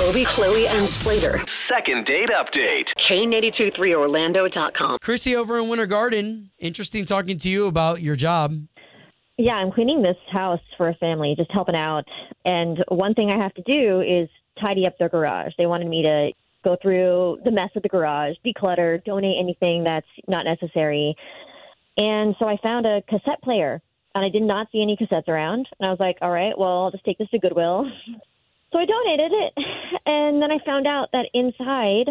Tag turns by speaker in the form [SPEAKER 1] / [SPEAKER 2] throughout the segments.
[SPEAKER 1] Obie, Chloe, and Slater.
[SPEAKER 2] Second date update.
[SPEAKER 1] K823Orlando.com.
[SPEAKER 3] Chrissy over in Winter Garden. Interesting talking to you about your job.
[SPEAKER 4] Yeah, I'm cleaning this house for a family, just helping out. And one thing I have to do is tidy up their garage. They wanted me to go through the mess of the garage, declutter, donate anything that's not necessary. And so I found a cassette player, and I did not see any cassettes around. And I was like, all right, well, I'll just take this to Goodwill. So I donated it. And then I found out that inside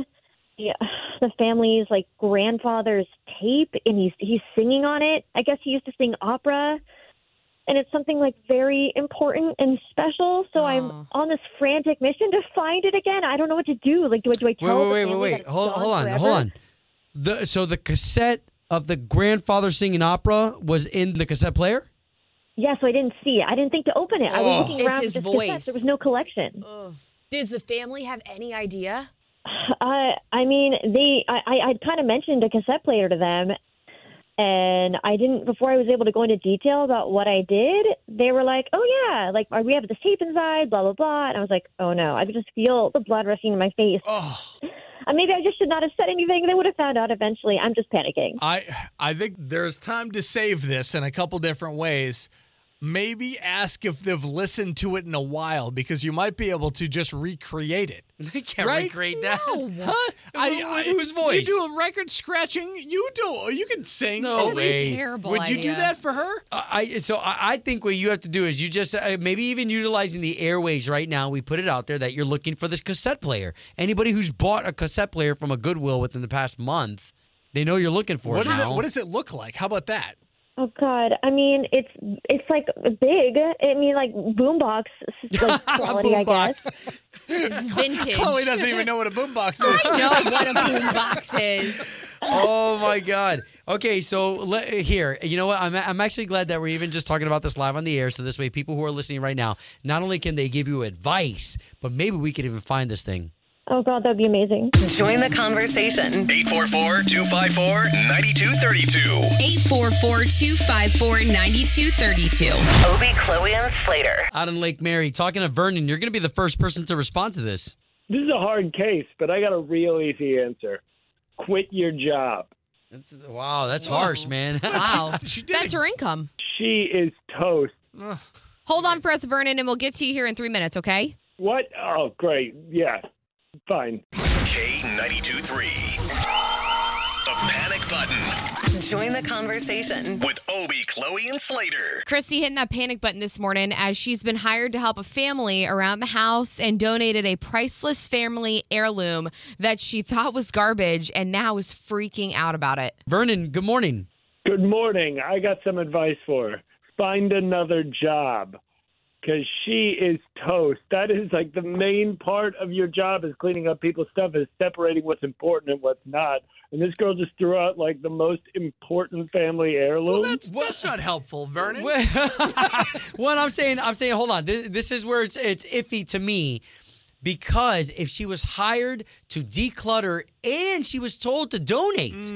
[SPEAKER 4] the, the family's like grandfather's tape and he's he's singing on it. I guess he used to sing opera and it's something like very important and special. So
[SPEAKER 5] Aw.
[SPEAKER 4] I'm on this frantic mission to find it again. I don't know what to do. Like, do I do I
[SPEAKER 3] Wait,
[SPEAKER 4] tell
[SPEAKER 3] wait,
[SPEAKER 4] the
[SPEAKER 3] wait, wait,
[SPEAKER 4] family that
[SPEAKER 3] wait.
[SPEAKER 4] it's
[SPEAKER 3] Hold,
[SPEAKER 4] gone
[SPEAKER 3] hold on,
[SPEAKER 4] forever?
[SPEAKER 3] hold on. The, so the cassette of the grandfather singing opera was in the cassette player?
[SPEAKER 4] Yeah, so I didn't see it. I didn't think to open it. I
[SPEAKER 3] Oh.
[SPEAKER 4] was looking
[SPEAKER 5] It's
[SPEAKER 4] around.
[SPEAKER 5] his
[SPEAKER 4] at this cassette.
[SPEAKER 5] voice.
[SPEAKER 4] There was no collection.
[SPEAKER 5] Ugh. Does the family have any idea?
[SPEAKER 4] Uh, I mean, they. I I I'd kind of mentioned a cassette player to them, and I didn't before I was able to go into detail about what I did. They were like, "Oh yeah, like are we have this tape inside, blah blah blah," and I was like, "Oh no," I could just feel the blood rushing to my face.
[SPEAKER 3] Oh,
[SPEAKER 4] Uh, maybe I just should not have said anything. They would have found out eventually. I'm just panicking.
[SPEAKER 6] I I think there's time to save this in a couple different ways. Maybe ask if they've listened to it in a while because you might be able to just recreate it.
[SPEAKER 3] they can't
[SPEAKER 6] Right?
[SPEAKER 3] recreate that.
[SPEAKER 6] Huh?
[SPEAKER 3] Wh- whose
[SPEAKER 6] You
[SPEAKER 3] voice?
[SPEAKER 6] do a record scratching. You do. You can sing.
[SPEAKER 3] No
[SPEAKER 6] That'd be
[SPEAKER 3] way.
[SPEAKER 5] Terrible
[SPEAKER 6] Would you
[SPEAKER 5] idea.
[SPEAKER 6] do that for her?
[SPEAKER 3] I I- so I, I think what you have to do is you just uh, maybe even utilizing the airways right now. We put it out there that you're looking for this cassette player. Anybody who's bought a cassette player from a Goodwill within the past month, they know you're looking for
[SPEAKER 6] What
[SPEAKER 3] it
[SPEAKER 6] does it?
[SPEAKER 3] now.
[SPEAKER 6] What does it look like? How about that?
[SPEAKER 4] Oh God! I mean, it's it's like big. I mean, like boombox like quality, I guess.
[SPEAKER 3] Boombox.
[SPEAKER 5] It's vintage.
[SPEAKER 6] Chloe Oh, doesn't even know what a boombox is.
[SPEAKER 5] know what a boombox is.
[SPEAKER 3] oh my god. Okay, so let, here, you know what? I'm I'm actually glad that we're even just talking about this live on the air. So this way, people who are listening right now, not only can they give you advice, but maybe we could even find this thing.
[SPEAKER 4] Oh God, that'd be amazing.
[SPEAKER 1] Join the conversation.
[SPEAKER 2] 844-254-9232.
[SPEAKER 5] 844-254-9232.
[SPEAKER 1] Obie, Chloe, and Slater.
[SPEAKER 3] Out in Lake Mary, talking to Vernon, you're going to be the first person to respond to this.
[SPEAKER 7] This is a hard case, but I got a real easy answer. Quit your job.
[SPEAKER 3] That's, wow, that's harsh, man.
[SPEAKER 5] Wow.
[SPEAKER 6] She did
[SPEAKER 5] That's her income.
[SPEAKER 7] She is toast.
[SPEAKER 5] Hold on for us, Vernon, and we'll get to you here in three minutes, okay?
[SPEAKER 7] What? Oh, great. Yeah. Fine.
[SPEAKER 2] K92-3. The panic button
[SPEAKER 1] Join the conversation.
[SPEAKER 2] with Obie, Chloe, and Slater.
[SPEAKER 5] Christy hitting that panic button this morning as she's been hired to help a family around the house and donated a priceless family heirloom that she thought was garbage and now is freaking out about it.
[SPEAKER 3] Vernon, good morning.
[SPEAKER 7] Good morning. I got some advice for her. Find another job because she is toast. That is like the main part of your job is cleaning up people's stuff, is separating what's important and what's not. And this girl just threw out like the most important family heirloom.
[SPEAKER 6] Well, that's that's not helpful, Vernon.
[SPEAKER 3] what I'm saying, I'm saying, hold on. This, this is where it's it's iffy to me because if she was hired to declutter and she was told to donate,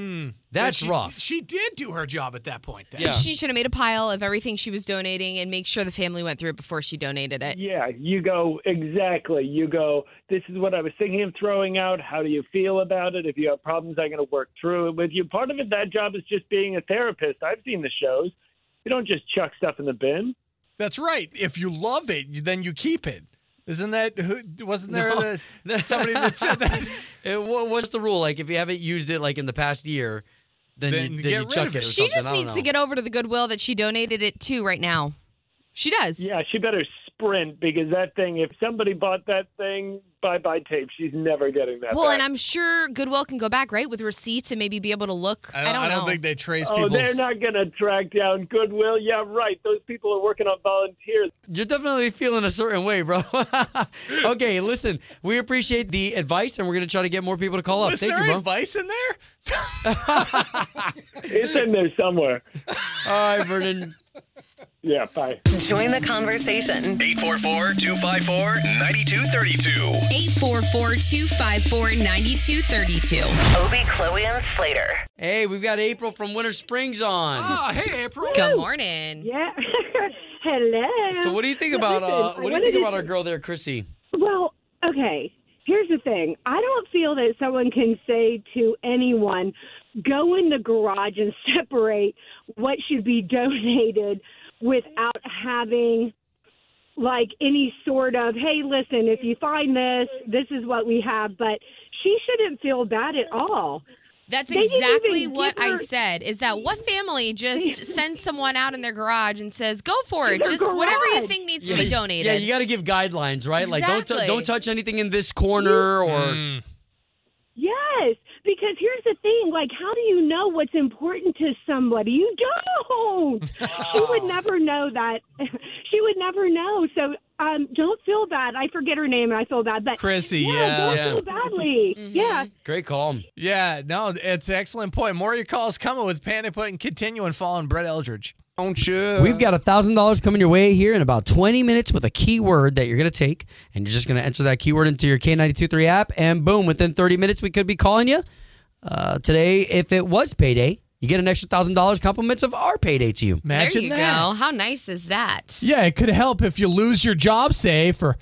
[SPEAKER 3] that's
[SPEAKER 6] she,
[SPEAKER 3] rough.
[SPEAKER 6] She did do her job at that point. Then.
[SPEAKER 3] Yeah.
[SPEAKER 5] She should have made a pile of everything she was donating and make sure the family went through it before she donated
[SPEAKER 6] Eh.
[SPEAKER 5] it.
[SPEAKER 7] Yeah, you go exactly. You go. This is what I was thinking of throwing out. How do you feel about it? If you have problems, I'm going to work through it with you. Part of it, that job is just being a therapist. I've seen the shows. You don't just chuck stuff in the bin.
[SPEAKER 6] That's right. If you love it, you- then you keep it. Isn't that who- wasn't there the- somebody that said that?
[SPEAKER 3] It- wha- what's the rule? Like if you haven't used it like in the past year, then,
[SPEAKER 6] Then
[SPEAKER 3] you,
[SPEAKER 6] get
[SPEAKER 3] then you
[SPEAKER 6] rid
[SPEAKER 3] chuck
[SPEAKER 6] of
[SPEAKER 3] it. or
[SPEAKER 6] it.
[SPEAKER 5] She
[SPEAKER 3] something. I
[SPEAKER 5] just
[SPEAKER 3] don't
[SPEAKER 5] needs to
[SPEAKER 3] know.
[SPEAKER 5] get over to the Goodwill that she donated it to right now. She does.
[SPEAKER 7] Yeah, she better sprint because that thing, if somebody bought that thing, bye bye tape. She's never getting that.
[SPEAKER 5] Well,
[SPEAKER 7] back.
[SPEAKER 5] and I'm sure Goodwill can go back, right, with receipts and maybe be able to look. I don't,
[SPEAKER 6] I
[SPEAKER 5] know.
[SPEAKER 6] don't think they trace
[SPEAKER 7] Oh,
[SPEAKER 6] people's.
[SPEAKER 7] they're not going to track down Goodwill. Yeah, right. Those people are working on volunteers.
[SPEAKER 3] You're definitely feeling a certain way, bro. okay, listen, we appreciate the advice, and we're gonna try to get more people to call up.
[SPEAKER 6] Was
[SPEAKER 3] Thank
[SPEAKER 6] there
[SPEAKER 3] you, bro.
[SPEAKER 6] advice in there?
[SPEAKER 7] It's in there somewhere.
[SPEAKER 3] All right, Vernon.
[SPEAKER 7] Yeah, bye.
[SPEAKER 1] Join the conversation.
[SPEAKER 2] 844 254 9232.
[SPEAKER 8] 844 254 9232.
[SPEAKER 1] Obie, Chloe, and Slater.
[SPEAKER 3] hey, we've got April from Winter Springs on.
[SPEAKER 6] Oh, hey, April.
[SPEAKER 5] Good morning.
[SPEAKER 9] Yeah. Hello.
[SPEAKER 3] So, what do you think about uh,
[SPEAKER 9] Listen,
[SPEAKER 3] what do
[SPEAKER 9] I
[SPEAKER 3] you think
[SPEAKER 9] wanted
[SPEAKER 3] about
[SPEAKER 9] to-
[SPEAKER 3] our girl there, Chrissy?
[SPEAKER 9] Well, okay. Here's the thing. I don't feel that someone can say to anyone, go in the garage and separate what should be donated without having like any sort of, hey, listen, if you find this, this is what we have. But she shouldn't feel bad at all.
[SPEAKER 5] That's
[SPEAKER 9] They didn't
[SPEAKER 5] exactly
[SPEAKER 9] even
[SPEAKER 5] what
[SPEAKER 9] give
[SPEAKER 5] I
[SPEAKER 9] her-
[SPEAKER 5] said. Is that what family just sends someone out in their garage and says, "Go for it,
[SPEAKER 9] Their
[SPEAKER 5] just whatever you
[SPEAKER 9] garage.
[SPEAKER 5] think needs to be donated."
[SPEAKER 3] Yeah, you got to give guidelines, right? Like don't t-
[SPEAKER 5] Exactly.
[SPEAKER 3] don't touch anything in this corner or
[SPEAKER 6] Mm.
[SPEAKER 9] Yes, because here's the thing. Like, how do you know what's important to somebody? You don't. she would never know that. she would never know. So, um, don't feel bad. I forget her name, and I feel bad. But
[SPEAKER 6] Chrissy,
[SPEAKER 9] yeah,
[SPEAKER 6] yeah.
[SPEAKER 9] don't
[SPEAKER 3] yeah.
[SPEAKER 9] feel badly. Yeah,
[SPEAKER 3] great call.
[SPEAKER 6] Yeah, no, it's an excellent point. More of your calls coming with Panic Button. Continue and following Brett Eldridge.
[SPEAKER 3] We've got a thousand dollars coming your way here in about twenty minutes with a keyword that you're gonna take, and you're just gonna enter that keyword into your K923 app, and boom, within thirty minutes we could be calling you. Uh, today, if it was payday, you get an extra thousand dollars compliments of our payday to you.
[SPEAKER 5] there
[SPEAKER 6] Imagine
[SPEAKER 5] you
[SPEAKER 6] that.
[SPEAKER 5] go. How nice is that?
[SPEAKER 6] Yeah, it could help if you lose your job, say, for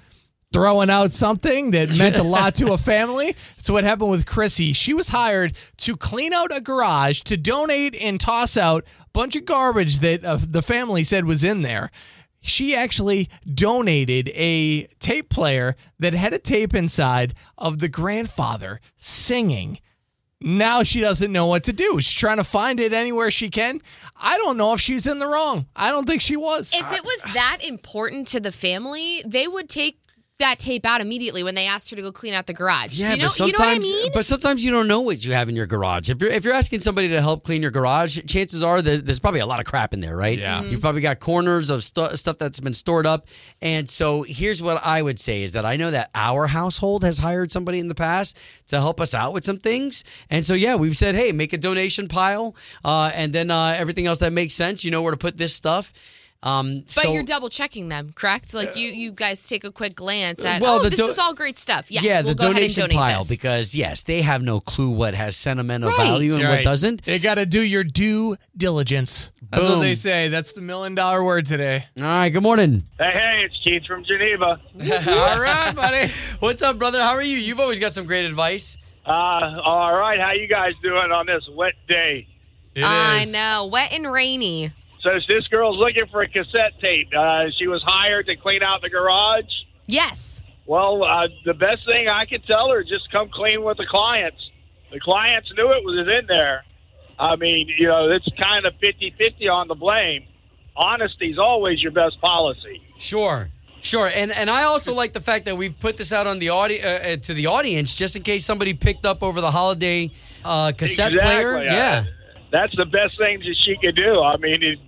[SPEAKER 6] throwing out something that meant a lot to a family. That's what happened with Chrissy. She was hired to clean out a garage to donate and toss out a bunch of garbage that uh, the family said was in there. She actually donated a tape player that had a tape inside of the grandfather singing. Now she doesn't know what to do. She's trying to find it anywhere she can. I don't know if she's in the wrong. I don't think she was.
[SPEAKER 5] If it was that important to the family, they would take that tape out immediately when they asked her to go clean out the garage. you know, you know what I mean?
[SPEAKER 3] but sometimes you don't know what you have in your garage. If you're if you're asking somebody to help clean your garage, chances are there's, there's probably a lot of crap in there, right?
[SPEAKER 6] Yeah.
[SPEAKER 3] You've probably got corners of stu- stuff that's been stored up. And so here's what I would say is that I know that our household has hired somebody in the past to help us out with some things. And so yeah, we've said, hey, make a donation pile, uh, and then uh, everything else that makes sense, you know where to put this stuff. Um,
[SPEAKER 5] But
[SPEAKER 3] so-
[SPEAKER 5] you're double checking them, correct? Like you, you guys take a quick glance at.
[SPEAKER 3] well,
[SPEAKER 5] Well,
[SPEAKER 3] the
[SPEAKER 5] this
[SPEAKER 3] do-
[SPEAKER 5] is all great stuff. Yes,
[SPEAKER 3] yeah,
[SPEAKER 5] we'll
[SPEAKER 3] the
[SPEAKER 5] go ahead and
[SPEAKER 3] donation
[SPEAKER 5] donate
[SPEAKER 3] pile
[SPEAKER 5] this.
[SPEAKER 3] because yes, they have no clue what has sentimental
[SPEAKER 5] Right.
[SPEAKER 3] value and what
[SPEAKER 6] Right.
[SPEAKER 3] doesn't.
[SPEAKER 6] They got to do your due diligence. That's
[SPEAKER 3] Boom.
[SPEAKER 6] what they say. That's the million dollar word today.
[SPEAKER 3] All right, good morning.
[SPEAKER 7] Hey, hey, it's Keith from Geneva.
[SPEAKER 6] All right, buddy.
[SPEAKER 3] What's up, brother? How are you? You've always got some great advice.
[SPEAKER 7] Uh, all right, how you guys doing on this wet day?
[SPEAKER 6] It
[SPEAKER 5] I
[SPEAKER 6] is.
[SPEAKER 5] know, wet and rainy.
[SPEAKER 7] So this girl's looking for a cassette tape. Uh, she was hired to clean out the garage.
[SPEAKER 5] Yes.
[SPEAKER 7] Well, uh, the best thing I could tell her is just come clean with the clients. The clients knew it was in there. I mean, you know, it's kind of 50-50 on the blame. Honesty's always your best policy.
[SPEAKER 3] Sure, sure. And and I also like the fact that we've put this out on the audi- uh, uh, to the audience just in case somebody picked up over the holiday uh, cassette player.
[SPEAKER 7] Exactly.
[SPEAKER 3] yeah.
[SPEAKER 7] Uh, that's the best thing that she could do. I mean, it,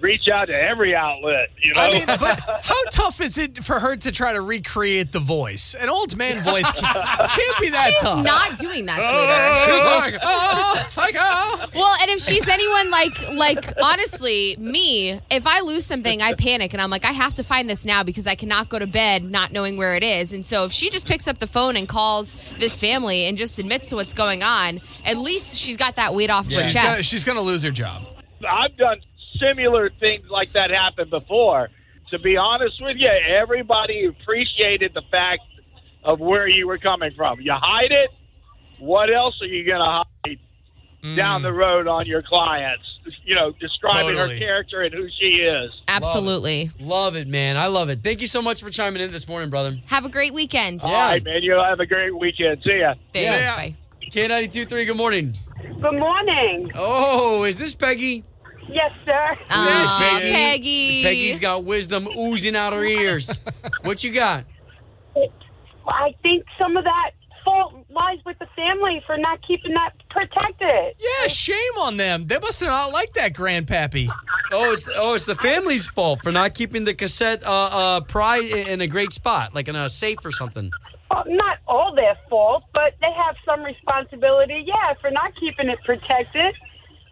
[SPEAKER 7] reach out to every outlet. You know,
[SPEAKER 6] I mean, but how tough is it for her to try to recreate the voice? An old man voice can't, can't be that
[SPEAKER 5] She's
[SPEAKER 6] tough.
[SPEAKER 5] not doing that, Slater.
[SPEAKER 6] She's like, oh, fuck oh.
[SPEAKER 5] Well, and if she's anyone like like honestly, me, if I lose something, I panic and I'm like, I have to find this now because I cannot go to bed not knowing where it is. And so if she just picks up the phone and calls this family and just admits to what's going on, at least she's got that weight off her
[SPEAKER 6] She's
[SPEAKER 5] chest.
[SPEAKER 6] gonna- She's going to lose her job.
[SPEAKER 7] I've done similar things like that happen before. To be honest with you, everybody appreciated the fact of where you were coming from. You hide it. What else are you going to hide down the road on your clients? You know, describing
[SPEAKER 6] Totally.
[SPEAKER 7] her character and who she is.
[SPEAKER 5] Absolutely.
[SPEAKER 3] Love it, man. I love it. Thank you so much for chiming in this morning, brother.
[SPEAKER 5] Have a great weekend.
[SPEAKER 7] All right, man. You have a great weekend. See ya.
[SPEAKER 5] Bye.
[SPEAKER 6] Yeah.
[SPEAKER 5] Bye.
[SPEAKER 3] K ninety two three. Good morning.
[SPEAKER 9] Good morning.
[SPEAKER 3] Oh, is this Peggy?
[SPEAKER 10] Yes, sir.
[SPEAKER 5] Aw,
[SPEAKER 3] Peggy.
[SPEAKER 5] Peggy.
[SPEAKER 3] Peggy's got wisdom oozing out her ears. what you got?
[SPEAKER 10] I think some of that fault lies with the family for not keeping that protected.
[SPEAKER 6] Yeah, shame on them. They must have not liked that grandpappy.
[SPEAKER 3] Oh, it's oh, it's the family's fault for not keeping the cassette uh, uh, pride in in a great spot, like in a safe or something.
[SPEAKER 10] Well, not all their fault, but they have some responsibility, yeah, for not keeping it protected.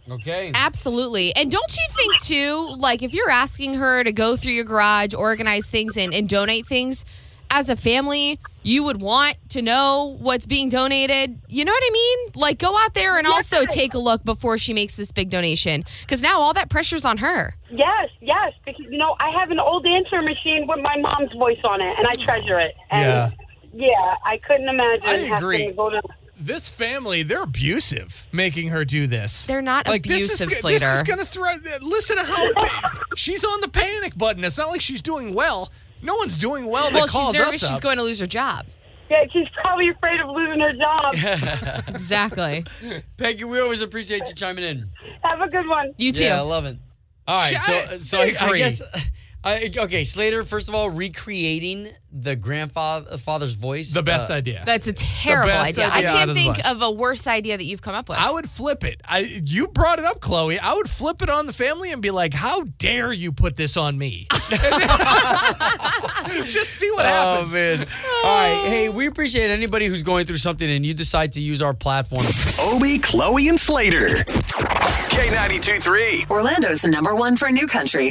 [SPEAKER 3] Okay.
[SPEAKER 5] Absolutely. And don't you think, too, like if you're asking her to go through your garage, organize things, and, and donate things, as a family, you would want to know what's being donated. You know what I mean? Like go out there and also take a look before she makes this big donation because now all that pressure's on her.
[SPEAKER 10] Yes, yes, because you know I have an old answer machine with my mom's voice on it, and I treasure it. And yeah, I couldn't imagine
[SPEAKER 6] I
[SPEAKER 10] having
[SPEAKER 6] agree.
[SPEAKER 10] to go to
[SPEAKER 6] This family, they're abusive making her do this.
[SPEAKER 5] They're not
[SPEAKER 6] like this is
[SPEAKER 5] abusive,
[SPEAKER 6] go- this is
[SPEAKER 5] Slater.
[SPEAKER 6] going to throw listen to how pa- she's on the panic button. It's not like she's doing well. No one's doing well that
[SPEAKER 5] well,
[SPEAKER 6] calls
[SPEAKER 5] she's nervous
[SPEAKER 6] us
[SPEAKER 5] she's
[SPEAKER 6] up.
[SPEAKER 5] going to lose her job.
[SPEAKER 10] Yeah, she's probably afraid of losing her job.
[SPEAKER 5] Exactly.
[SPEAKER 3] Peggy, we always appreciate you chiming in.
[SPEAKER 10] Have a good one.
[SPEAKER 5] You too.
[SPEAKER 3] Yeah, I love it. All right,
[SPEAKER 6] Shut
[SPEAKER 3] so
[SPEAKER 6] it,
[SPEAKER 3] so I, I
[SPEAKER 6] Hickory.
[SPEAKER 3] guess. I, okay, Slater. First of all, recreating the grandfather's father's voice.
[SPEAKER 6] the best
[SPEAKER 3] uh,
[SPEAKER 6] idea.
[SPEAKER 5] That's a terrible
[SPEAKER 6] best
[SPEAKER 5] idea.
[SPEAKER 6] idea
[SPEAKER 5] I
[SPEAKER 6] out
[SPEAKER 5] can't
[SPEAKER 6] of the
[SPEAKER 5] think
[SPEAKER 6] bunch.
[SPEAKER 5] of a worse idea that you've come up with.
[SPEAKER 6] I would flip it. I you brought it up, Chloe. I would flip it on the family and be like, "How dare you put this on me?" Just see what happens.
[SPEAKER 3] Oh man! All right, hey, we appreciate anybody who's going through something and you decide to use our platform.
[SPEAKER 2] Obie, Chloe, and Slater. K92 3.
[SPEAKER 1] Orlando's number one for new country.